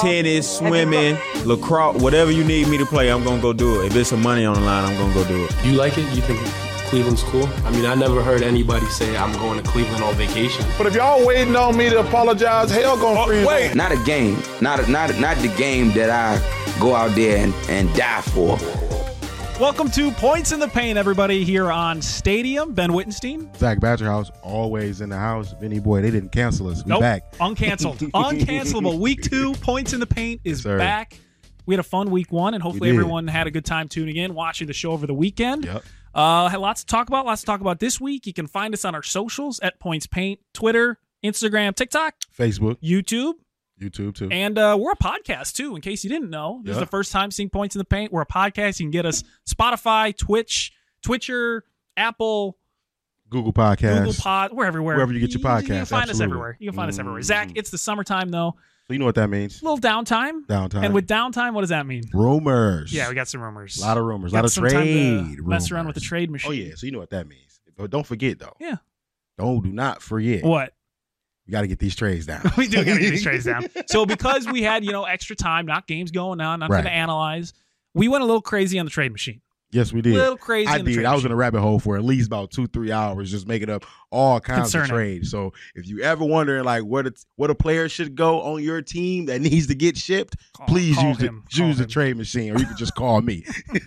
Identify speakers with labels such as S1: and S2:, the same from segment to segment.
S1: tennis, swimming, lacrosse, whatever you need me to play, I'm gonna go do it. If it's some money on the line, I'm gonna go do it.
S2: You like it? You think Cleveland's cool? I mean, I never heard anybody say I'm going to Cleveland on vacation.
S3: But if y'all waiting on me to apologize, hell gonna freeze.
S4: wait.
S5: Not a game. Not not not the game that I go out there and, and die for.
S6: Welcome to Points in the Pain, everybody, here on Stadium. Ben Wittenstein.
S3: Zach Badgerhouse always in the house. Vinny boy, they didn't cancel us. We
S6: nope.
S3: back.
S6: Uncanceled. Uncancelable. Week two, Points in the Paint is
S3: Sir.
S6: back. We had a fun week one, and hopefully
S3: did.
S6: everyone had a good time tuning in, watching the show over the weekend.
S3: Yep.
S6: Uh, had lots to talk about. Lots to talk about this week. You can find us on our socials at Points Paint, Twitter, Instagram, TikTok,
S3: Facebook,
S6: YouTube,
S3: YouTube too.
S6: and uh, we're a podcast too. In case you didn't know, this is
S3: Yeah.
S6: the first time seeing points in the paint. We're a podcast. You can get us Spotify, Twitch, Twitcher, Apple,
S3: Google Podcast.
S6: Google Pod. We're everywhere.
S3: Wherever you get your
S6: You can
S3: podcasts,
S6: find us
S3: absolutely. Mm-hmm.
S6: everywhere. You can find us everywhere. Zach, it's the summertime though.
S3: so you know what that means.
S6: A little downtime.
S3: Downtime.
S6: And with downtime, what does that mean?
S3: rumors.
S6: Yeah, we got some rumors.
S3: a lot of rumors. A
S6: Got
S3: lot of
S6: some time to
S3: trade.
S6: Mess around
S3: rumors.
S6: with the trade machine.
S3: Oh yeah, so you know what that means. But don't forget though.
S6: Yeah.
S3: Don't do not forget.
S6: What?
S3: You got to get these trades down.
S6: we do gotta get these trades down. So because we had, you know, extra time, not games going on, nothing
S3: Right.
S6: to analyze, we went a little crazy on the trade machine.
S3: yes, we did.
S6: little crazy
S3: I
S6: on the
S3: did.
S6: trade
S3: I was
S6: machine.
S3: in a rabbit hole for at least about two, three hours, just making up all kinds
S6: Concerning.
S3: of trades. So if you ever wondering like what it's what a player should go on your team that needs to get shipped,
S6: Call-
S3: please
S6: Oh, call
S3: use
S6: him.
S3: the
S6: Call
S3: use the
S6: him.
S3: trade machine, or you can just call me.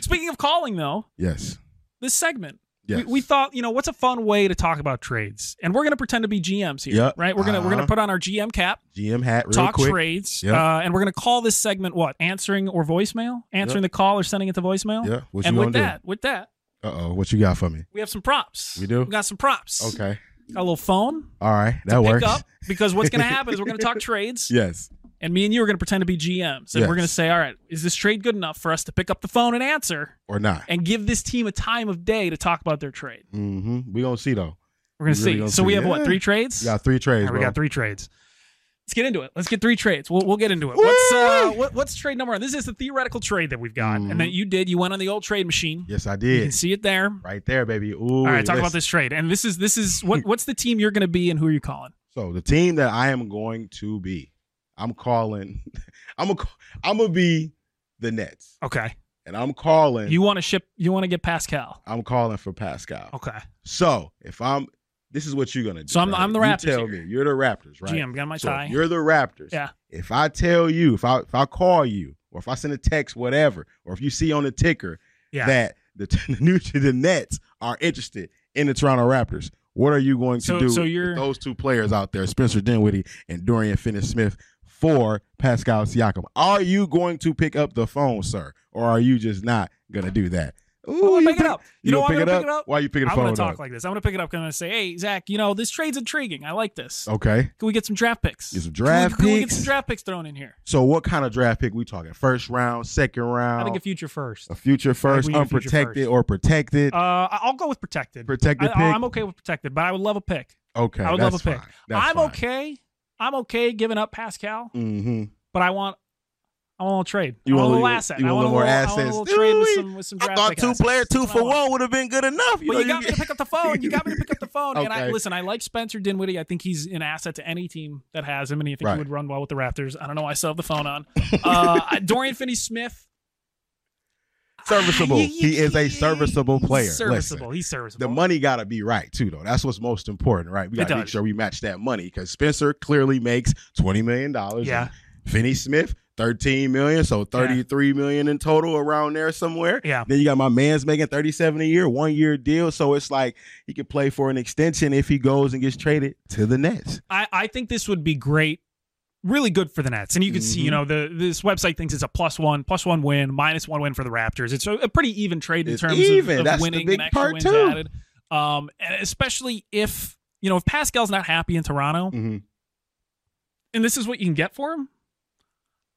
S6: Speaking of calling though,
S3: yes,
S6: this segment.
S3: yes.
S6: We, we thought, you know, what's a fun way to talk about trades? And we're going to pretend to be GMs here,
S3: Yep.
S6: right? We're gonna we're gonna
S3: Uh-huh.
S6: put on our GM cap,
S3: GM hat real
S6: talk
S3: quick.
S6: trades,
S3: Yep.
S6: uh, and we're going to call this segment what? Answering or voicemail? Answering the call or sending it to voicemail?
S3: Yeah, what
S6: and
S3: you
S6: with
S3: gonna
S6: that, with that,
S3: do? Uh oh, what you got for me?
S6: we have some props.
S3: We do?
S6: We got some props.
S3: Okay,
S6: Got a little phone.
S3: all right, that works.
S6: Pick up because what's going to happen is we're going to talk trades,
S3: Yes,
S6: and me and you are going to pretend to be GMs, and we're
S3: Yes.
S6: going to say, all right, is this trade good enough for us to pick up the phone and answer,
S3: or not?
S6: and give this team a time of day to talk about their trade?
S3: Mm-hmm. We gonna see though.
S6: We're going to
S3: We
S6: see.
S3: really gonna
S6: so we
S3: see.
S6: have what
S3: Yeah.
S6: three trades?
S3: We got three
S6: All
S3: trades,
S6: right,
S3: bro.
S6: we got three trades. Let's get into it. Let's get three trades. We'll, we'll get into it. What's uh, what, what's trade number one? This is the theoretical trade that we've got,
S3: Mhm.
S6: and that you did. You went on the old trade machine.
S3: Yes, I
S6: You can
S3: did.
S6: see it there.
S3: Right there, baby. Ooh,
S6: All right, talk
S3: listen.
S6: about this trade. And this is this is what what's the team you're going to be, and who are you calling?
S3: So the team that I am going to be, I'm calling, I'm gonna, I'm gonna be the Nets,
S6: Okay,
S3: and I'm calling,
S6: you want to ship. You want to get Pascal.
S3: I'm calling for Pascal.
S6: Okay,
S3: So if I'm, this is what you're gonna do.
S6: So I'm-
S3: right?
S6: I'm the
S3: You
S6: Raptors
S3: Tell
S6: here.
S3: me, you're the Raptors, right?
S6: GM got my
S3: So
S6: tie.
S3: if you're the Raptors.
S6: Yeah.
S3: If I tell you, if I if I call you, or if I send a text, whatever, or if you see on the ticker
S6: Yeah.
S3: that the, the new the Nets are interested in the Toronto Raptors, what are you going to
S6: So-
S3: do
S6: so
S3: with
S6: you're-
S3: those two players out there, Spencer Dinwiddie and Dorian Finney-Smith, for Pascal Siakam? Are you going to pick up the phone, sir, or are you just not going to do that? Ooh,
S6: I'm
S3: you
S6: gonna pick it up. You know
S3: gonna
S6: why I'm
S3: pick
S6: gonna
S3: it
S6: pick it up?
S3: Why are you picking the
S6: I'm
S3: phone
S6: going to talk
S3: up?
S6: like this. I'm going to pick it up and I'm going to say, hey, Zach, you know, this trade's intriguing. I like this.
S3: okay.
S6: Can we get some draft picks?
S3: Oh. Get some
S6: Can we-
S3: draft
S6: Can we get
S3: picks.
S6: some draft picks thrown in here?
S3: So what kind of draft pick we talking? First round, second round?
S6: I think a future first.
S3: a future first,
S6: we need a future
S3: unprotected
S6: first.
S3: or protected.
S6: Uh, I- I'll go with protected.
S3: protected
S6: I, oh,
S3: pick.
S6: I'm okay with protected, but I would love a pick.
S3: okay,
S6: I would
S3: that's
S6: love a pick.
S3: fine. That's
S6: I'm
S3: fine.
S6: okay. I'm okay giving up Pascal,
S3: Mm-hmm.
S6: but I want I want a little trade.
S3: You
S6: I want a little
S3: want a little-
S6: asset.
S3: you
S6: I
S3: want a
S6: want
S3: little more
S6: I want a
S3: assets.
S6: little trade with
S3: Dude,
S6: some with some
S4: I
S6: draft
S4: thought
S6: pick
S4: two
S6: assets.
S4: player, two
S6: That's what I
S4: for
S6: want.
S4: one would have been good enough. You
S6: Well,
S4: know,
S6: you got me to pick up the phone. You got me to pick up the phone. And I
S3: Okay.
S6: listen, I like Spencer Dinwiddie. I think he's an asset to any team that has him, and I think he
S3: Right.
S6: would run well with the Raptors. I don't know why I still have the phone on. Uh, Dorian Finney Smith.
S3: Serviceable.
S6: You- you-
S3: he is a serviceable
S6: he's
S3: player.
S6: Serviceable.
S3: Listen,
S6: He's serviceable.
S3: the money got to be right too, though. That's what's most important, right? We
S6: It
S3: got to make
S6: does.
S3: sure we match that money because Spencer clearly makes twenty million dollars.
S6: Yeah.
S3: Finney Smith. 13 million, so thirty-three million in total around there somewhere.
S6: Yeah.
S3: Then you got my man's making 37 a year, one year deal. So it's like he could play for an extension if he goes and gets traded to the Nets.
S6: I, I think this would be great, really good for the Nets. And you can see, you
S3: Mm-hmm.
S6: know, the this website thinks it's a plus one, plus one win, minus one win for the Raptors. It's a, a pretty even trade in
S3: It's
S6: terms
S3: even.
S6: of, of
S3: That's the
S6: winning
S3: big
S6: and extra
S3: part,
S6: wins
S3: too.
S6: added. Um, and especially if you know if Mm-hmm. Pascal's not happy in Toronto,
S3: Mhm.
S6: and this is what you can get for him.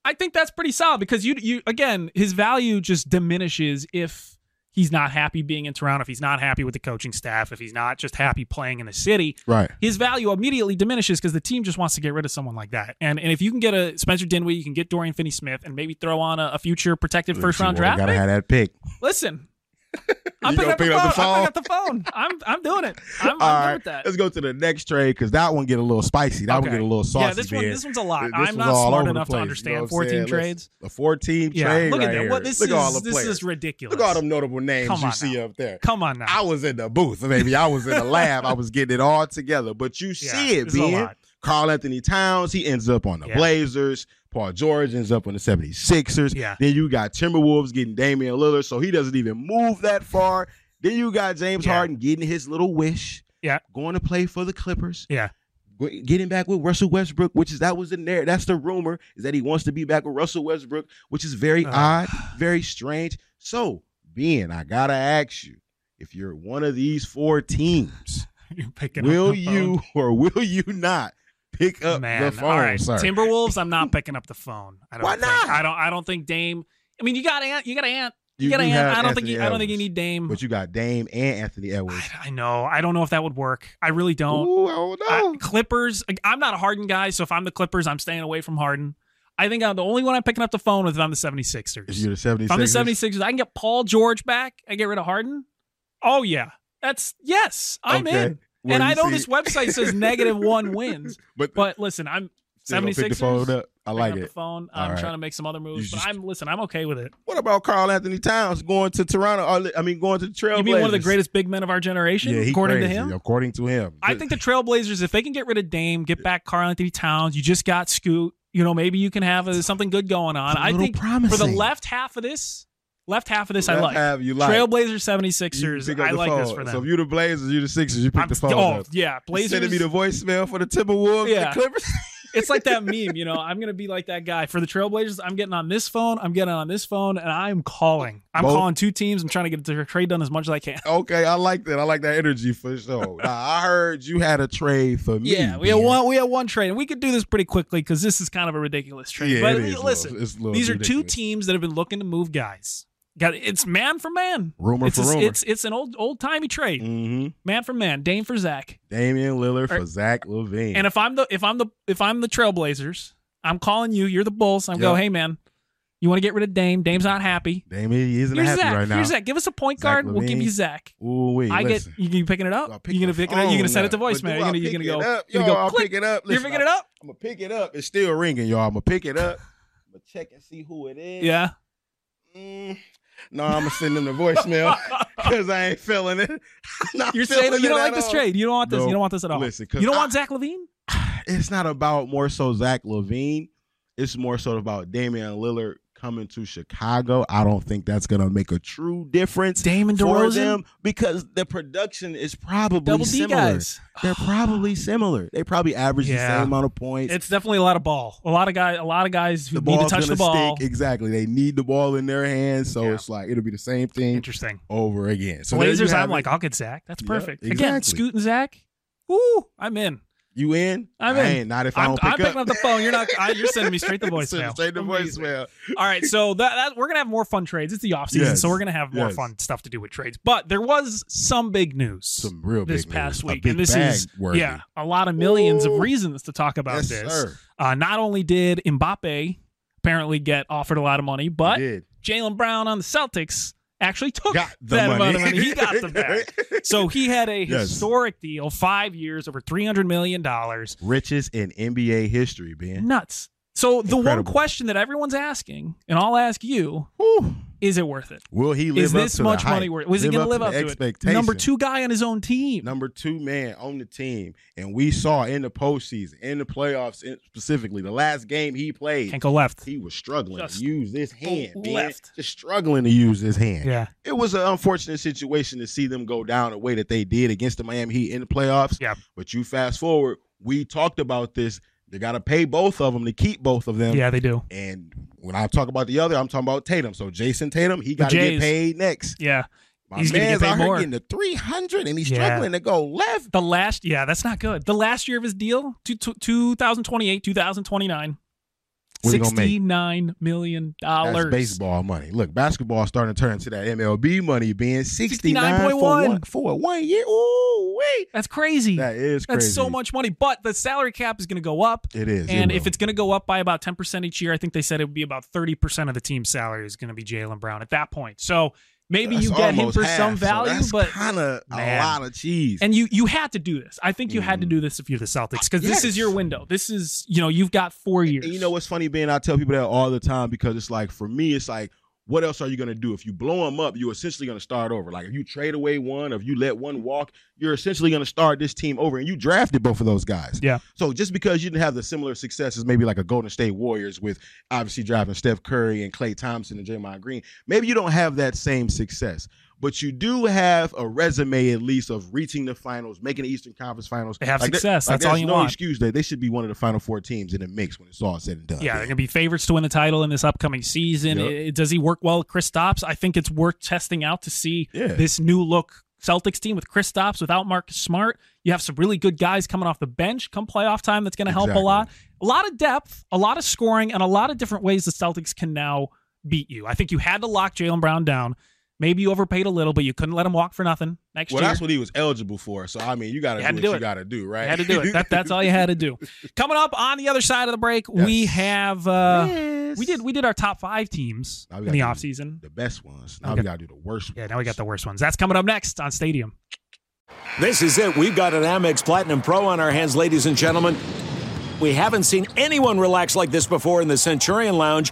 S6: I think that's pretty solid because you you again his value just diminishes if he's not happy being in Toronto, if he's not happy with the coaching staff, if he's not just happy playing in the city.
S3: Right.
S6: His value immediately diminishes because the team just wants to get rid of someone like that. And and if you can get a Spencer Dinwiddie, you can get Dorian Finney-Smith, and maybe throw on a, a future protected first round
S3: Well, you
S6: draft.
S3: Gotta
S6: pick.
S3: have that pick.
S6: Listen, I'm picking
S3: You gonna
S6: up, the
S3: pick
S6: phone.
S3: up the
S6: I'm picking up the phone. I'm I'm doing it. I'm, I'm
S3: All
S6: good
S3: right,
S6: with that.
S3: Let's go to the next trade because that one get a little spicy. That one
S6: Okay.
S3: get a little saucy.
S6: yeah, this one
S3: man.
S6: this one's a lot.
S3: This
S6: I'm
S3: was
S6: not
S3: all
S6: smart
S3: over the
S6: enough
S3: place,
S6: to
S3: you know
S6: understand
S3: what I'm
S6: 14
S3: saying? Let's-
S6: trades.
S3: A four team
S6: Yeah,
S3: trade.
S6: look at
S3: right
S6: that.
S3: Here.
S6: What this
S3: look
S6: is
S3: at all the
S6: this
S3: players.
S6: is ridiculous.
S3: Look at all them notable names
S6: Come
S3: you
S6: on
S3: see up there.
S6: Come on now.
S3: I was in the booth, baby. I was in the lab. I was getting it all together. But you
S6: Yeah,
S3: see it,
S6: this is a
S3: Ben.
S6: lot.
S3: Carl Anthony Towns, he ends up on the
S6: Yeah.
S3: Blazers. Paul George ends up on the 76ers.
S6: Yeah.
S3: Then you got Timberwolves getting Damian Lillard, so he doesn't even move that far. Then you got James
S6: Yeah.
S3: Harden getting his little wish.
S6: Yeah.
S3: Going to play for the Clippers.
S6: Yeah.
S3: G- Getting back with Russell Westbrook, which is that was the narrative. That's the rumor is that he wants to be back with Russell Westbrook, which is very
S6: Ugh.
S3: odd, very strange. So, Ben, I gotta ask you, if you're one of these four teams,
S6: You're picking up
S3: will
S6: the phone.
S3: you or will you not pick up
S6: Man,
S3: Uh, the phone,
S6: all right.
S3: sir?
S6: Timberwolves, I'm not picking up the phone. I don't
S3: Why
S6: think.
S3: not?
S6: I don't. I don't think Dame. I mean, you got Ant. You got Ant. You, got Ant.
S3: have
S6: I don't
S3: Anthony
S6: think. You, I don't think you
S3: Edwards,
S6: need Dame.
S3: But you got Dame and Anthony Edwards.
S6: I, I know. I don't know if that would work. I really don't.
S3: Ooh, I don't know.
S6: I- Clippers. like, I'm not a Harden guy, so if I'm the Clippers, I'm staying away from Harden. I think I'm the only one I'm picking up the phone with. If I'm the 76ers.
S3: if you're the
S6: if
S3: 76ers,
S6: I'm the 76ers, I can get Paul George back. I get rid of Harden. Oh yeah, that's yes. I'm
S3: Okay.
S6: in.
S3: Well,
S6: and
S3: you
S6: I know
S3: see-
S6: this website says negative one wins,
S3: but,
S6: but listen, I'm
S3: still gonna pick the
S6: 76ers?
S3: phone up. I
S6: picking
S3: like
S6: up
S3: it.
S6: the phone. I'm
S3: All right.
S6: trying to make some other moves,
S3: just-
S6: but I'm listen. I'm okay with it.
S3: What about Carl Anthony Towns going to Toronto? Or, I mean, going to the Trailblazers?
S6: You mean one of the greatest big men of our generation,
S3: Yeah, he
S6: according
S3: crazy,
S6: to him?
S3: According to him,
S6: I think the Trailblazers, if they can get rid of Dame, get back Carl Anthony Towns, you just got Scoot. You know, maybe you can have uh something good going on.
S3: It's a
S6: I
S3: little
S6: think for the
S3: promising.
S6: left half of this, left half of this, I
S3: Left
S6: like.
S3: half you like.
S6: Trailblazers,
S3: You pick
S6: 76ers.
S3: up
S6: I
S3: the
S6: like this for
S3: phone. So if
S6: them.
S3: you the Blazers, you the Sixers, you pick
S6: I'm-
S3: the phone
S6: oh
S3: up.
S6: yeah,
S3: You
S6: Blazers.
S3: Sending me the voicemail for the Timberwolves,
S6: Yeah.
S3: the Clippers.
S6: it's like that meme, you know. I'm gonna be like that guy for the Trailblazers. I'm getting on this phone. I'm getting on this phone, and I'm calling. I'm
S3: Both-
S6: calling two teams. I'm trying to get the trade done as much as I can.
S3: okay, I like that. I like that energy for sure. Now, I heard you had a trade for me.
S6: Yeah, we had
S3: Ben.
S6: one. We had one trade, and we could do this pretty quickly because this is kind of a ridiculous trade.
S3: Yeah,
S6: but
S3: it is a
S6: listen,
S3: little- it's a little
S6: these are two
S3: ridiculous.
S6: teams that have been looking to move guys. Got it's man for man.
S3: Rumor
S6: it's
S3: for
S6: a-
S3: rumor.
S6: It's it's an old old timey trade,
S3: Mm-hmm.
S6: man for man, Dame for Zach.
S3: Damian Lillard for
S6: Or-
S3: Zach Levine.
S6: And if I'm the if I'm the if I'm the Trailblazers, I'm calling you. You're the Bulls. I'm
S3: Yeah.
S6: go. Hey man, you want to get rid of Dame? Dame's not happy.
S3: Damian he isn't
S6: Here's
S3: happy
S6: Zach.
S3: right now.
S6: Here's Zach. Give us a point
S3: Zach
S6: guard. We'll give
S3: Levine.
S6: you Zach.
S3: Ooh, wait,
S6: I get
S3: listen.
S6: you, you picking it
S3: I'll
S6: up.
S3: pick
S6: You gonna
S3: the
S6: pick it up. You
S3: phone
S6: gonna send it to
S3: up. But do
S6: voicemail.
S3: I
S6: You're gonna
S3: pick
S6: you gonna
S3: it
S6: go.
S3: up?
S6: You're
S3: Yo,
S6: gonna go.
S3: I'll
S6: click.
S3: pick it up.
S6: You're
S3: Listen,
S6: picking it up.
S3: I'm gonna pick it up. It's still ringing, y'all. I'm gonna pick it up. I'm gonna check and see who it is.
S6: Yeah.
S3: Mm, no, I'm gonna send them the voicemail because I ain't feeling it. I'm not
S6: You're saying
S3: feeling
S6: you don't
S3: it
S6: like
S3: at
S6: this
S3: all.
S6: trade. You don't want this.
S3: No,
S6: you don't want this at all.
S3: listen, 'cause
S6: you don't
S3: I-
S6: want Zach Levine.
S3: It's not about more so Zach Levine. It's more so about Damian Lillard coming to Chicago. I don't think that's gonna make a true difference
S6: Damon
S3: for
S6: DeRozan.
S3: them because the production is probably
S6: Double D
S3: similar.
S6: guys.
S3: They're probably similar. They probably average the
S6: Yeah.
S3: same amount of points.
S6: It's definitely a lot of ball. A lot of guys. A lot of guys who
S3: the
S6: need to
S3: ball's
S6: touch
S3: gonna
S6: the ball.
S3: stick. Exactly. They need the ball in their hands, so
S6: Yeah.
S3: it's like it'll be the same thing
S6: Interesting.
S3: over again. So there you
S6: Blazers.
S3: have
S6: I'm
S3: it.
S6: like, I'll get Zach. That's
S3: Yeah,
S6: perfect. Again,
S3: exactly.
S6: Scoot and Zach. Ooh, I'm in.
S3: You in?
S6: I'm
S3: I
S6: in.
S3: ain't, not if I
S6: I'm,
S3: don't
S6: I'm
S3: pick
S6: picking up the phone. You're not. I, you're sending me straight the
S3: Send it
S6: voicemail.
S3: Straight to
S6: Amazing.
S3: voicemail.
S6: All right, so that, that we're gonna have more fun trades. It's the off season,
S3: Yes.
S6: so we're gonna have more
S3: Yes.
S6: fun stuff to do with trades. But there was some big news
S3: Some real
S6: this
S3: big
S6: past
S3: news. A
S6: week,
S3: big
S6: and this
S3: bag
S6: is
S3: worthy.
S6: yeah a lot of millions
S3: Ooh.
S6: of reasons to talk about
S3: yes,
S6: this.
S3: sir.
S6: Uh, not only did Mbappe apparently get offered a lot of money, but
S3: You did.
S6: Jalen Brown on the Celtics actually took
S3: got the
S6: that
S3: money.
S6: amount of money. He got the bag. So he had a
S3: Yes.
S6: historic deal, five years, over three hundred million dollars.
S3: Richest in NBA history, Ben.
S6: Nuts. So the one
S3: Incredible.
S6: question that everyone's asking, and I'll ask you,
S3: Whew.
S6: is it worth it?
S3: Will he live
S6: Is
S3: up
S6: this
S3: to
S6: much
S3: the hype?
S6: money worth? Was he going to live up to it?
S3: expectation?
S6: Number two guy on his own team.
S3: number two man on the team, and we saw in the postseason, in the playoffs in- specifically, the last game he played,
S6: Can't go left.
S3: he was struggling
S6: Just
S3: to use his hand. Ben.
S6: left.
S3: Just struggling to use his hand.
S6: Yeah,
S3: It was an unfortunate situation to see them go down the way that they did against the Miami Heat in the playoffs.
S6: Yeah.
S3: But you fast forward, we talked about this. They got to pay both of them to keep both of them.
S6: yeah, they do.
S3: And when I talk about the other, I'm talking about Tatum. So Jason Tatum, he got to
S6: Jays.
S3: get paid next.
S6: Yeah,
S3: My
S6: He's gonna get
S3: man's
S6: paid
S3: out here
S6: more.
S3: getting to 300 and he's
S6: Yeah.
S3: struggling to go left.
S6: the last. Yeah, that's not good. The last year of his deal, two, two, 2028, 2029,
S3: What are you gonna make?
S6: Sixty-nine million
S3: That's
S6: dollars.
S3: baseball money. Look, basketball starting to turn into that MLB money being 69.1 for
S6: 69.1.
S3: one, for one year. Ooh, wait.
S6: That's crazy.
S3: That is crazy.
S6: That's so much money. But the salary cap is going to go up.
S3: It is. It
S6: And
S3: will.
S6: if it's going to go up by about 10% each year, I think they said it would be about 30% of the team's salary is going to be Jalen Brown at that point. So maybe
S3: That's
S6: you get him
S3: almost
S6: for
S3: half,
S6: some
S3: so
S6: value,
S3: that's
S6: but.
S3: kind of a
S6: Man.
S3: lot of cheese.
S6: And you you had to do this. I think you had to do this if you're the Celtics because this
S3: Mm. Yes.
S6: is your window. This is you know you've got four years.
S3: And you know what's funny, Ben? I tell people that all the time because it's like for me, it's like, what else are you gonna do? If you blow them up, you're essentially gonna start over. Like if you trade away one, if you let one walk, you're essentially gonna start this team over. And you drafted both of those guys.
S6: Yeah.
S3: So just because you didn't have the similar success as maybe like a Golden State Warriors with obviously driving Steph Curry and Klay Thompson and Draymond Green, maybe you don't have that same success. But you do have a resume at least of reaching the finals, making the Eastern Conference Finals.
S6: They have
S3: there-
S6: success. That's
S3: there's
S6: all you
S3: no
S6: want.
S3: excuse that they should be one of the final four teams in the mix when it's all said and done.
S6: Yeah, they're going to be favorites to win the title in this upcoming season.
S3: Yep.
S6: It- does he work well with Chris Stops? I think it's worth testing out to see
S3: Yeah.
S6: this new look Celtics team with Chris Stops without Marcus Smart. You have some really good guys coming off the bench come playoff time. That's going to help
S3: Exactly.
S6: a lot. A lot of depth, a lot of scoring, and a lot of different ways the Celtics can now beat you. I think you had to lock Jalen Brown down. Maybe you overpaid a little, but you couldn't let him walk for nothing next
S3: Well,
S6: year.
S3: that's what he was eligible for. So I mean, you got
S6: You
S3: to
S6: had
S3: do
S6: to do
S3: what
S6: it.
S3: you got to do, right?
S6: You had to do it. That, that's all you had to do. Coming up on the other side of the break, we
S3: Yes.
S6: have uh,
S3: Yes.
S6: we did we did our top five teams
S3: Now
S6: in
S3: we gotta
S6: the
S3: do-
S6: offseason.
S3: the best ones. Now
S6: Okay.
S3: we got to do the worst.
S6: Yeah,
S3: ones.
S6: now we got the worst ones. That's coming up next on Stadium.
S4: This is it. We've got an Amex Platinum Pro on our hands, ladies and gentlemen. We haven't seen anyone relax like this before in the Centurion Lounge.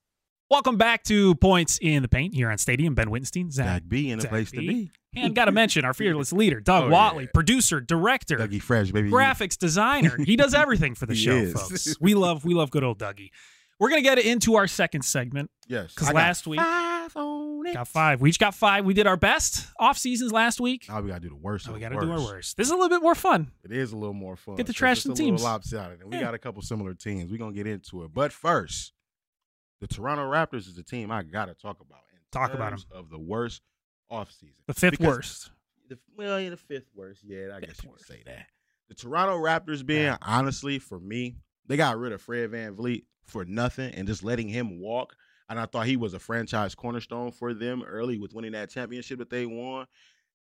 S6: Welcome back to Points in the Paint here on Stadium. Ben Wittenstein, Zach.
S3: Zach B in the
S6: Zach
S3: place to
S6: B.
S3: be.
S6: And got to mention our fearless leader, Doug
S3: Oh,
S6: Watley,
S3: yeah.
S6: producer, director,
S3: Dougie Fresh, baby.
S6: graphics designer. He does everything for the
S3: He
S6: show,
S3: is.
S6: folks. We love we love good old Dougie. We're gonna get into our second segment
S3: Yes. I
S6: because
S3: got
S6: last week
S3: five on it.
S6: got five. We each got five. We did our best off seasons last week.
S3: Now we got to do the worst.
S6: So
S3: of
S6: we
S3: Oh, the
S6: got to do our worst. This is a little bit more fun.
S3: It is a little more fun.
S6: Get to
S3: so
S6: trash
S3: just
S6: some
S3: a little
S6: teams.
S3: lopsided, and we
S6: Yeah.
S3: got a couple similar teams. We're gonna get into it, but first, the Toronto Raptors is a team I gotta talk about. In
S6: Talk about
S3: terms Of the worst offseason.
S6: The fifth
S3: Because-
S6: worst.
S3: The, well, yeah, the fifth worst. Yeah, I guess
S6: Fifth
S3: you
S6: worst.
S3: could say that. The Toronto Raptors, being honestly for me, they got rid of Fred Van Vliet for nothing and just letting him walk. And I thought he was a franchise cornerstone for them early with winning that championship that they won.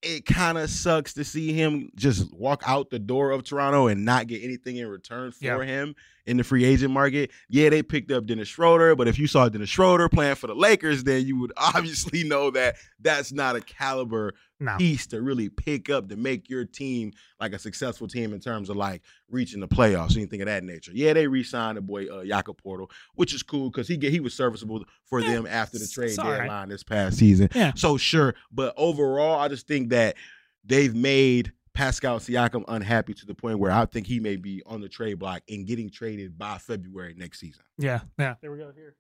S3: It kind of sucks to see him just walk out the door of Toronto and not get anything in return for
S6: Yeah.
S3: him in the free agent market. Yeah, they picked up Dennis Schroeder, but if you saw Dennis Schroeder playing for the Lakers, then you would obviously know that that's not a caliber
S6: No.
S3: piece to really pick up to make your team like a successful team in terms of like reaching the playoffs, anything of that nature. Yeah, they re-signed the boy uh, Jakob Portal, which is cool because he get, he was serviceable for
S6: Yeah,
S3: them after the
S6: it's-
S3: trade
S6: it's all right.
S3: deadline this past season.
S6: Yeah.
S3: So sure, but overall, I just think that they've made Pascal Siakam unhappy to the point where I think he may be on the trade block and getting traded by February next season.
S6: Yeah, yeah. There we go. Here,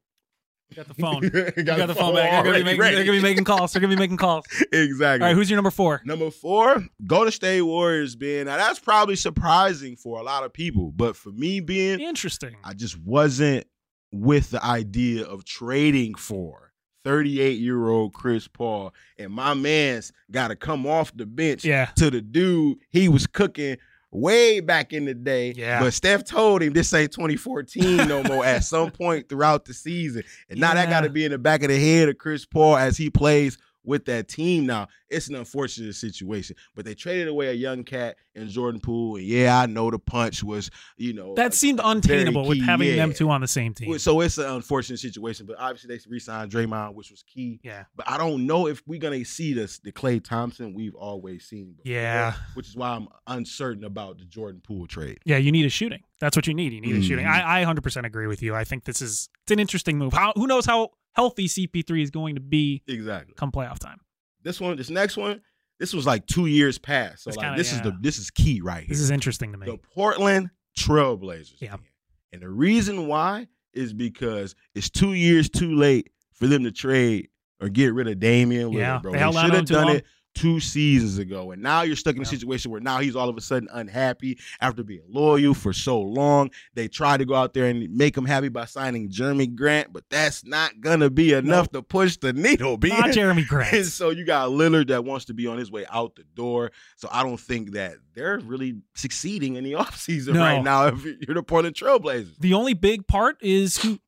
S6: got the phone. You
S3: got,
S6: got, the phone back. They're gonna, be
S3: already
S6: making,
S3: ready.
S6: they're gonna be making calls. They're gonna be making calls. All
S3: exactly.
S6: right, who's your number four?
S3: Number four, Golden State Warriors being now that's probably surprising for a lot of people, but for me being,
S6: Interesting.
S3: I just wasn't with the idea of trading for 38 year old Chris Paul, and my man's got to come off the bench
S6: Yeah.
S3: to the dude he was cooking way back in the day.
S6: Yeah.
S3: But Steph told him this ain't 2014 no more at some point throughout the season. And now that
S6: Yeah.
S3: got to be in the back of the head of Chris Paul as he plays with that team now. It's an unfortunate situation. But they traded away a young cat and Jordan Poole. And yeah, I know the punch was, you know.
S6: That
S3: a-
S6: seemed
S3: a very
S6: untainable with
S3: key-
S6: having
S3: yeah.
S6: them two on the same team.
S3: So it's an unfortunate situation, but obviously they re-signed Draymond, which was key.
S6: Yeah.
S3: But I don't know if we're gonna see this the Clay Thompson we've always seen. Before,
S6: Yeah.
S3: Which is why I'm uncertain about the Jordan Poole trade.
S6: Yeah, you need a shooting. That's what you need. You need a shooting.
S3: Mhm.
S6: I, I 100% agree with you. I think this is it's an interesting move. How who knows how healthy CP3 is going to be
S3: Exactly.
S6: come playoff time?
S3: This one, this next one, this was like two years past. So
S6: It's
S3: like
S6: kinda-
S3: this is
S6: yeah.
S3: the this is key right here.
S6: This is interesting to
S3: the
S6: me.
S3: Portland Trailblazers.
S6: Yeah.
S3: And the reason why is because it's two years too late for them to trade or get rid of Damian Lillard,
S6: Yeah,
S3: bro.
S6: they held on
S3: should
S6: to him
S3: have
S6: too
S3: done
S6: long.
S3: it two seasons ago. And now you're stuck in a situation where now he's all of a sudden unhappy after being loyal for so long. They try to go out there and make him happy by signing Jeremy Grant, but that's not gonna be enough to push the needle, B.
S6: Not Jeremy
S3: And
S6: Grant.
S3: so you got Lillard that wants to be on his way out the door. So I don't think that they're really succeeding in the offseason
S6: No.
S3: right now if you're the Portland Trailblazers.
S6: The only big part is Scoot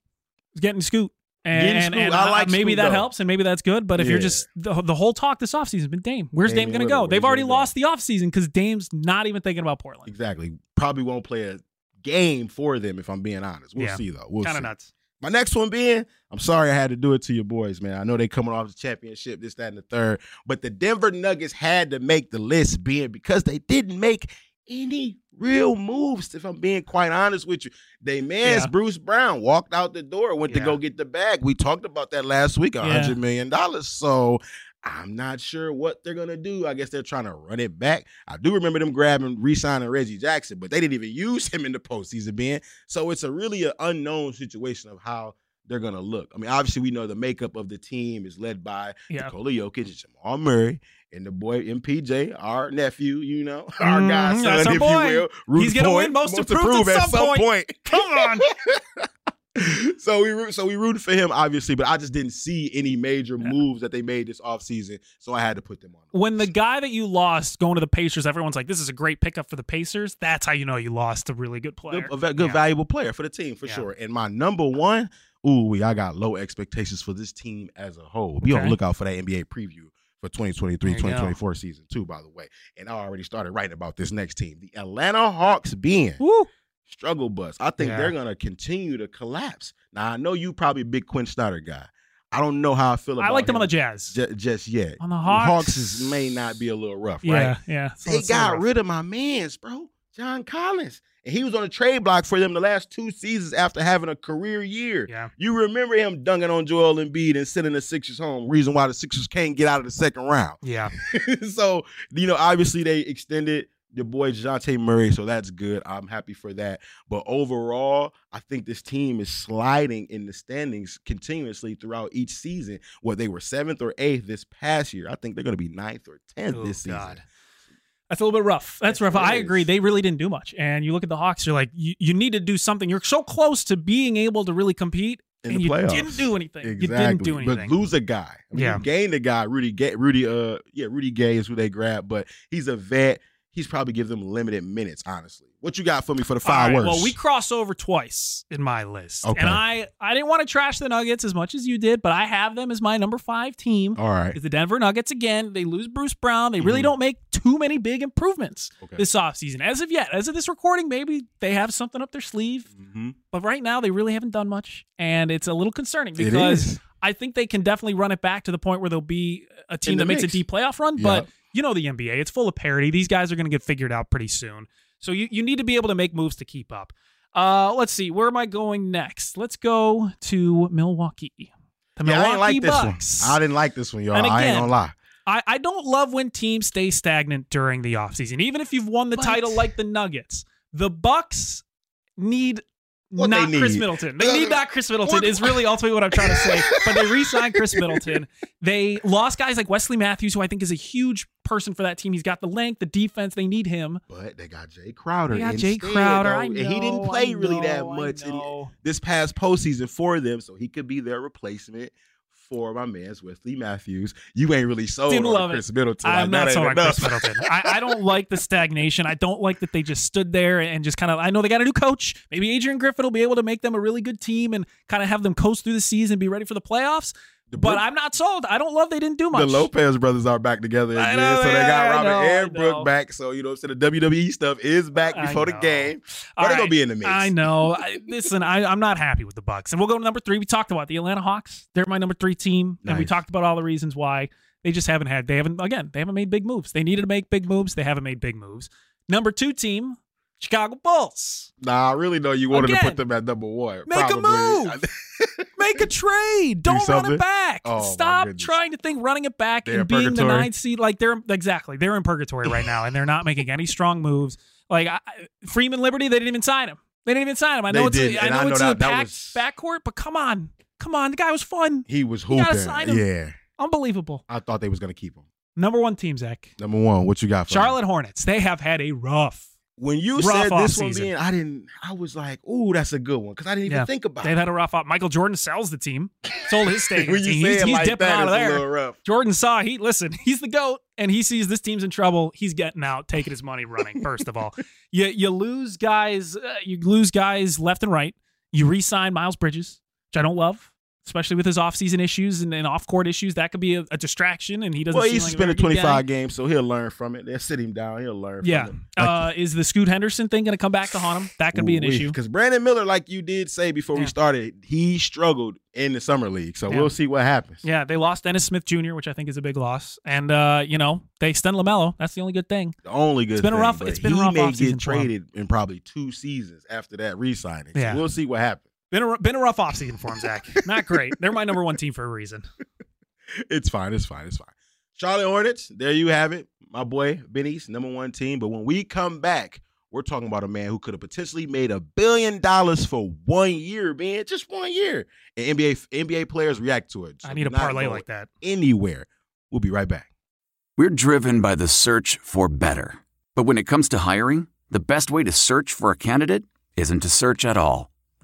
S6: getting Scoot. And,
S3: Getting Scoot.
S6: and uh,
S3: I like
S6: maybe
S3: Scoot,
S6: that
S3: though.
S6: helps and maybe that's good. But if you're
S3: Yeah.
S6: just the, the whole talk this offseason has been Dame. Where's Dame,
S3: Dame
S6: going to
S3: Lillard,
S6: go?
S3: where's
S6: They've already
S3: Dame
S6: lost the offseason because Dame's not even thinking about Portland.
S3: Exactly. Probably won't play a game for them if I'm being honest. We'll
S6: Yeah.
S3: see though. We'll
S6: Kind of
S3: see.
S6: nuts.
S3: My next one being, I'm sorry I had to do it to your boys, man. I know they coming off the championship, this, that, and the third. But the Denver Nuggets had to make the list being because they didn't make any real moves, if I'm being quite honest with you. They man's
S6: Yeah.
S3: Bruce Brown walked out the door, went to
S6: Yeah.
S3: go get the bag. We talked about that last week, a
S6: Yeah.
S3: hundred million dollars. So I'm not sure what they're gonna do. I guess they're trying to run it back. I do remember them grabbing, re-signing Reggie Jackson, but they didn't even use him in the postseason, being so it's a really an unknown situation of how they're gonna look. I mean, obviously we know the makeup of the team is led by
S6: Yeah.
S3: Nikola Jokic, Jamal Murray, and the boy MPJ, our nephew, you know, our guy,
S6: Mhm,
S3: son,
S6: that's our
S3: if
S6: boy.
S3: you will. Rudy
S6: He's gonna
S3: Boy,
S6: win most improved at some point. Come on.
S3: so we root, so we rooted for him, obviously, but I just didn't see any major moves that they made this offseason, so I had to put them on.
S6: when the guy that you lost going to the Pacers, everyone's like, "This is a great pickup for the Pacers." That's how you know you lost a really good player.
S3: Good- a ve- good
S6: Yeah.
S3: valuable player for the team for
S6: Yeah.
S3: sure. And my number one, ooh, I got low expectations for this team as a whole. Be on
S6: Okay.
S3: the lookout for that NBA preview for 2023
S6: There you go.
S3: 2024 season two, by the way. And I already started writing about this next team, the Atlanta Hawks, being
S6: Woo.
S3: struggle bus. I think
S6: Yeah.
S3: they're gonna continue to collapse. Now I know you probably a big Quinn Snyder guy. I don't know how I feel about.
S6: I liked him on the
S3: him
S6: Jazz.
S3: ju- just yet.
S6: On the
S3: Hawks
S6: Hawks?
S3: is, may not be a little rough,
S6: yeah,
S3: right?
S6: yeah. So
S3: they
S6: it's sort
S3: got
S6: of-
S3: rid of my man's, bro, John Collins. And he was on the trade block for them the last two seasons after having a career year.
S6: Yeah.
S3: You remember him dunking on Joel Embiid and sending the Sixers home, reason why the Sixers can't get out of the second round.
S6: Yeah,
S3: so, you know, obviously they extended your boy DeJounte Murray, so that's good. I'm happy for that. But overall, I think this team is sliding in the standings continuously throughout each season. Where they were seventh or eighth this past year, I think they're going to be ninth or tenth
S6: Oh,
S3: this season.
S6: God. that's a little bit rough. That's
S3: Yes,
S6: rough.
S3: it
S6: I
S3: is.
S6: agree. They really didn't do much. And you look at the Hawks, you're like, you, you need to do something. You're so close to being able to really compete,
S3: in
S6: and
S3: the
S6: you
S3: playoffs.
S6: didn't do anything.
S3: Exactly.
S6: You didn't do anything.
S3: But lose a guy. I mean,
S6: Yeah.
S3: You gain a guy. Rudy Gay. Rudy. Uh. Yeah. Rudy Gay is who they grabbed, but he's a vet. He's probably give them limited minutes. Honestly, what you got for me for
S6: All
S3: the five
S6: right,
S3: words?
S6: Well, we cross over twice in my list,
S3: Okay.
S6: and I I didn't want to trash the Nuggets as much as you did, but I have them as my number five team.
S3: All right.
S6: It's the Denver Nuggets again. They lose Bruce Brown. They really don't make too many big improvements
S3: Mm-hmm. Okay.
S6: this offseason. As of yet, as of this recording, maybe they have something up their sleeve.
S3: Mhm.
S6: But right now, they really haven't done much. And it's a little concerning
S3: It
S6: because
S3: is.
S6: I think they can definitely run it back to the point where they'll be a team
S3: the
S6: that makes a
S3: mix.
S6: deep playoff run.
S3: Yeah.
S6: But you know the NBA, it's full of parity. These guys are going to get figured out pretty soon. So you, you need to be able to make moves to keep up. Uh, let's see. Where am I going next? Let's go to Milwaukee. The
S3: Yeah, I
S6: Milwaukee
S3: didn't like this
S6: Bucks.
S3: one. I didn't like this one, y'all.
S6: And
S3: I ain't
S6: again,
S3: gonna lie.
S6: I, I don't love when teams stay stagnant during the offseason. Even if you've won the
S3: But-
S6: title like the Nuggets, the Bucks need
S3: What
S6: not
S3: they need. Uh,
S6: Chris Middleton. They need not Chris Middleton
S3: What-
S6: is really ultimately what I'm trying to say. but they re-signed Chris Middleton. They lost guys like Wesley Matthews, who I think is a huge person for that team. He's got the length, the defense. They need him.
S3: But they got Jay Crowder.
S6: They got Jay
S3: instead,
S6: Crowder.
S3: though,
S6: I
S3: and
S6: know,
S3: Oh, he didn't play
S6: I
S3: really that
S6: know, I
S3: much in
S6: know.
S3: this past postseason for them, so he could be their replacement. For my man's Wesley Matthews, you ain't really sold
S6: Didn't
S3: on
S6: love it.
S3: Chris Middleton.
S6: I'm
S3: Like, that
S6: not
S3: ain't
S6: so on Chris
S3: enough.
S6: Middleton. I, I don't like the stagnation. I don't like that they just stood there and just kind of. I know they got a new coach. Maybe Adrian Griffin will be able to make them a really good team and kind of have them coast through the season, be ready for the playoffs. But
S3: Bru-
S6: I'm not sold. I don't love they didn't do much.
S3: The Lopez brothers are back together
S6: I
S3: again.
S6: know,
S3: so they
S6: yeah, I
S3: got Robert
S6: know, I
S3: and
S6: know.
S3: Brooke back. So, you know what I'm saying? The WWE stuff is back
S6: I
S3: before the
S6: know.
S3: game. But
S6: All
S3: they're going
S6: right.
S3: to be in the mix.
S6: I know. I, listen, I, I'm not happy with the Bucks, and we'll go to number three. We talked about the Atlanta Hawks. They're my number three team, and we
S3: Nice.
S6: talked about all the reasons why they just haven't had. They haven't again. They haven't made big moves. They needed to make big moves. They haven't made big moves. Number two team, Chicago Bulls.
S3: Nah, I really know you wanted to
S6: Again.
S3: put them at number one.
S6: Make a
S3: probably.
S6: move. Make a trade. Don't run it
S3: something?
S6: back.
S3: Oh, my
S6: Stop
S3: goodness.
S6: trying to think running it back
S3: They're
S6: and being the
S3: purgatory.
S6: nine seed. Like they're exactly they're in purgatory right now, and they're not making any strong moves. Like I, I- Freeman Liberty, they didn't even sign him. They didn't even sign him. I know
S3: They
S6: it's
S3: didn't,
S6: a, I
S3: and
S6: know
S3: I know
S6: it's a
S3: that- that
S6: back,
S3: was-
S6: backcourt, but come on, come on, the guy was fun,
S3: he was
S6: You gotta
S3: hooping.
S6: sign him.
S3: Yeah.
S6: unbelievable.
S3: I thought they was going to keep him.
S6: Number one team, Zach.
S3: Number one, what you got? For me?
S6: Charlotte Hornets. They have had a rough.
S3: When you
S6: Rough
S3: said this one
S6: offseason.
S3: being, I didn't. I was like, "Ooh, that's a good one," because I didn't even
S6: Yeah.
S3: think about
S6: They've
S3: it.
S6: had a rough off. Michael Jordan sells the team. Sold his stake. in
S3: when
S6: the
S3: you
S6: team.
S3: say
S6: he's
S3: it
S6: he's
S3: like
S6: dipping
S3: that,
S6: out of
S3: it's a
S6: there.
S3: little rough.
S6: Jordan saw he listen, he's the goat, and he sees this team's in trouble. He's getting out, taking his money, running. First of all, you you lose guys, uh, you lose guys left and right. You re-sign Miles Bridges, which I don't love, especially with his offseason issues and, and off-court issues. That could be a, a distraction, and he doesn't.
S3: Well,
S6: seem
S3: he's
S6: like a very
S3: suspended
S6: good
S3: twenty
S6: guy.
S3: five games, so he'll learn from it. They'll sit him down. He'll learn.
S6: Yeah,
S3: from it.
S6: uh, is the Scoot Henderson thing going to come back to haunt him? That could be an issue.
S3: because Brandon Miller, like you did say before we
S6: Yeah.
S3: started, he struggled in the summer league. So
S6: Yeah.
S3: we'll see what happens.
S6: Yeah, they lost Dennis Smith Jr., which I think is a big loss, and uh, you know they extend Lamelo. That's the only good thing.
S3: The only good.
S6: It's been a
S3: thing,
S6: rough-
S3: but
S6: it's been a
S3: he
S6: rough
S3: may
S6: offseason for him.
S3: get traded in probably two seasons after that re-signing. So
S6: Yeah.
S3: we'll see what happens.
S6: Been a, been a rough offseason for him, Zach. Not great. They're my number one team for a reason.
S3: It's fine. It's fine. It's fine. Charlotte Hornets. There you have it, my boy Benny's number one team. But when we come back, we're talking about a man who could have potentially made a billion dollars for one year, man, just one year. And NBA NBA players react to it.
S6: I need a
S3: Not
S6: parlay
S3: go
S6: like that.
S3: Anywhere. We'll be right back.
S7: We're driven by the search for better. But when it comes to hiring, the best way to search for a candidate isn't to search at all.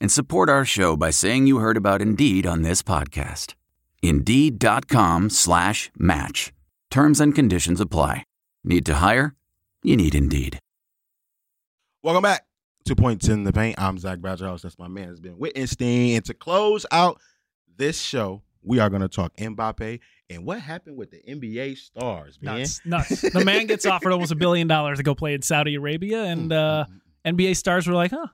S7: and support our show by saying you heard about Indeed on this podcast. Indeed.com slash match. Terms and conditions apply. Need to hire? You need Indeed.
S3: Welcome back. Two points in the paint. I'm Zach Badgerhouse. That's my man. It's been Wittenstein. And to close out this show, we are going to talk Mbappe and what happened with the NBA stars, man.
S6: Nuts. Nuts. The man gets offered almost a billion dollars to go play in Saudi Arabia,
S3: Hmm.
S6: and uh, NBA stars were like, huh,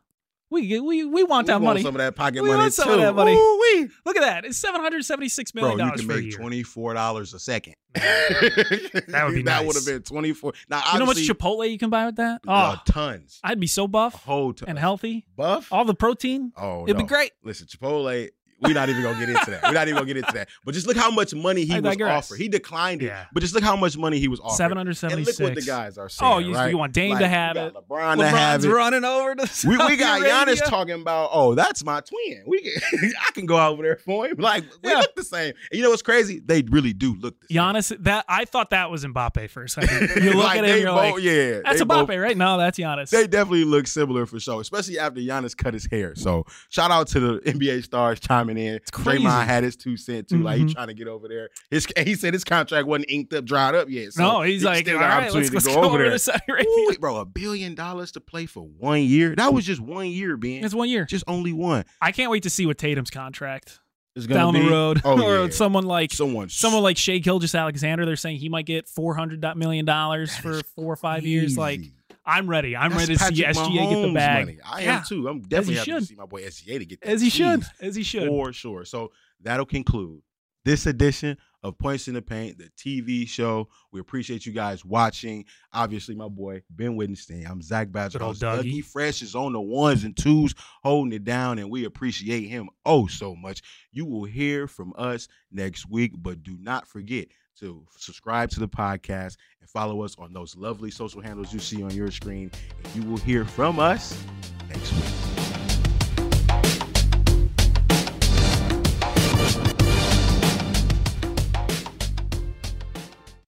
S6: we, get- we, we want
S3: We
S6: that
S3: want
S6: money.
S3: Some of that pocket
S6: We
S3: money
S6: want some
S3: too.
S6: of that money.
S3: Ooh-wee.
S6: Look at that. It's $776 million
S3: Bro, you
S6: dollars
S3: can
S6: for a
S3: make
S6: year.
S3: twenty four dollars a second. that
S6: would be
S3: that
S6: nice.
S3: would have been twenty four. Now,
S6: you know how much
S3: obviously,
S6: Chipotle you can buy with that? Oh,
S3: uh, tons,
S6: I'd be so
S3: a
S6: buff
S3: whole ton.
S6: and healthy.
S3: buff.
S6: All the protein.
S3: oh,
S6: It'd be
S3: no.
S6: great.
S3: Listen, Chipotle. We're not even gonna get into that. We're not even gonna get into that. But just look how much money he
S6: I
S3: was
S6: digress.
S3: offered. He declined it,
S6: Yeah.
S3: but just look how much money he was offered. And look what the
S6: 776.
S3: guys are saying.
S6: Oh, you,
S3: right?
S6: you want Dame
S3: Like,
S6: to
S3: you
S6: have
S3: got
S6: it.
S3: LeBron to have
S6: LeBron's
S3: it.
S6: running over to
S3: We, we
S6: Saudi
S3: got
S6: Arabia.
S3: Giannis talking about, oh, that's my twin. We can, I can go over there for him. Like we
S6: Yeah.
S3: look the same. And you know what's crazy? They really do look the same.
S6: Giannis, that I thought that was Mbappe for a second. You look
S3: Like,
S6: at
S3: they
S6: him, you're
S3: both-
S6: like,
S3: yeah,
S6: that's
S3: they
S6: Mbappe,
S3: both-
S6: right? No, that's Giannis.
S3: They definitely look similar for sure, especially after Giannis cut his hair. So shout out to the NBA stars chiming in.
S6: crazy.
S3: Draymond had his two cent too. Like he
S6: Mhm.
S3: trying to get over there. His and he said his contract wasn't inked up, dried up yet. So
S6: no, he's
S3: he
S6: like,
S3: still
S6: all
S3: got
S6: right, let's,
S3: opportunity
S6: let's go over to
S3: there.
S6: Saudi Arabia.
S3: Ooh, bro, a billion dollars to play for one year. That was just one year, Ben.
S6: It's one year.
S3: just only one.
S6: I can't wait to see what Tatum's contract
S3: It's
S6: down the
S3: be-
S6: road,
S3: Oh,
S6: or
S3: yeah.
S6: someone like
S3: someone,
S6: someone like Shea Gilgis Alexander. They're saying he might get four hundred million dollars
S3: That
S6: for
S3: is
S6: four or five years. Like,
S3: crazy.
S6: I'm ready. I'm
S3: That's
S6: ready to see
S3: Patrick
S6: SGA get the
S3: Mahomes
S6: bag,
S3: money. I
S6: Yeah.
S3: am too. I'm definitely happy to
S6: should.
S3: see my boy SGA to get that
S6: as he should,
S3: cheese.
S6: as he should.
S3: For sure. So that'll conclude this edition of Points in the Paint, the TV show. We appreciate you guys watching. Obviously, my boy Ben Wittenstein. I'm Zach Badger.
S6: Good old Dougie.
S3: Dougie Fresh is on the ones and twos, holding it down, and we appreciate him oh so much. You will hear from us next week, but do not forget to subscribe to the podcast and follow us on those lovely social handles you see on your screen. And you will hear from us next week.